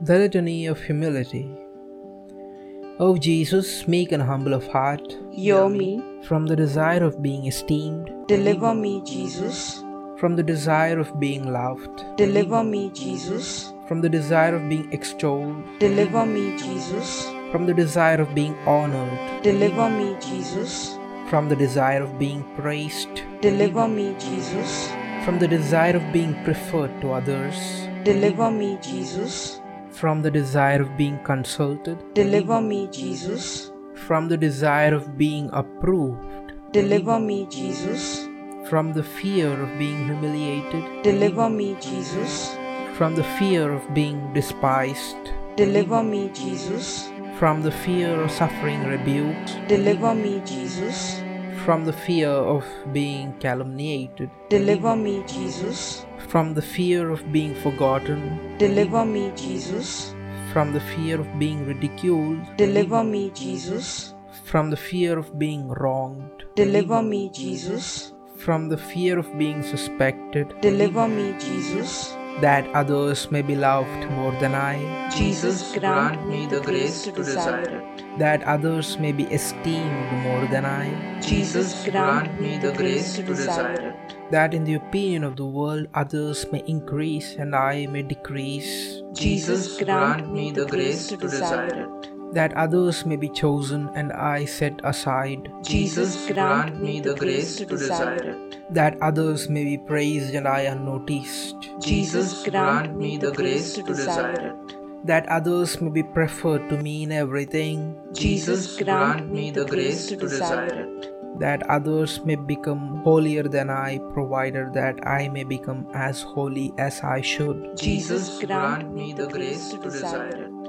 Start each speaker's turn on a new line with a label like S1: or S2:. S1: The Litany of Humility. O Jesus, meek and humble of heart,
S2: Hear me,
S1: from the desire of being esteemed,
S2: deliver me, Jesus.
S1: from the desire of being loved,
S2: Deliver me, Jesus.
S1: from the desire of being extolled,
S2: Deliver me, Jesus.
S1: from the desire of being honored,
S2: Deliver me, Jesus.
S1: from the desire of being praised,
S2: Deliver me, Jesus.
S1: from the desire of being preferred to others,
S2: Deliver me, Jesus.
S1: from the desire of being consulted,
S2: Deliver me, Jesus.
S1: from the desire of being approved,
S2: Deliver me, Jesus.
S1: from the fear of being humiliated,
S2: Deliver me, Jesus.
S1: from the fear of being despised,
S2: Deliver me, Jesus.
S1: from the fear of suffering rebuke,
S2: Deliver me, Jesus.
S1: from the fear of being calumniated,
S2: Deliver me, Jesus.
S1: from the fear of being forgotten,
S2: Deliver me, Jesus.
S1: from the fear of being ridiculed,
S2: Deliver me, Jesus.
S1: from the fear of being wronged,
S2: Deliver me, Jesus.
S1: from the fear of being suspected
S2: Deliver me, Jesus.
S1: that others may be loved more than I,
S2: Jesus, grant me the grace to desire it.
S1: that others may be esteemed more than I,
S2: Jesus, grant me the grace to desire it.
S1: that in the opinion of the world others may increase and I may decrease,
S2: Jesus, grant me the grace to desire it.
S1: that others may be chosen and I set aside,
S2: Jesus, grant me the grace to desire it.
S1: that others may be praised and I unnoticed,
S2: Jesus, grant me the grace to desire it.
S1: that others may be preferred to me in everything,
S2: Jesus, grant me the grace to desire it.
S1: that others may become holier than I, provided that I may become as holy as I should.
S2: Jesus, grant me the grace to desire it.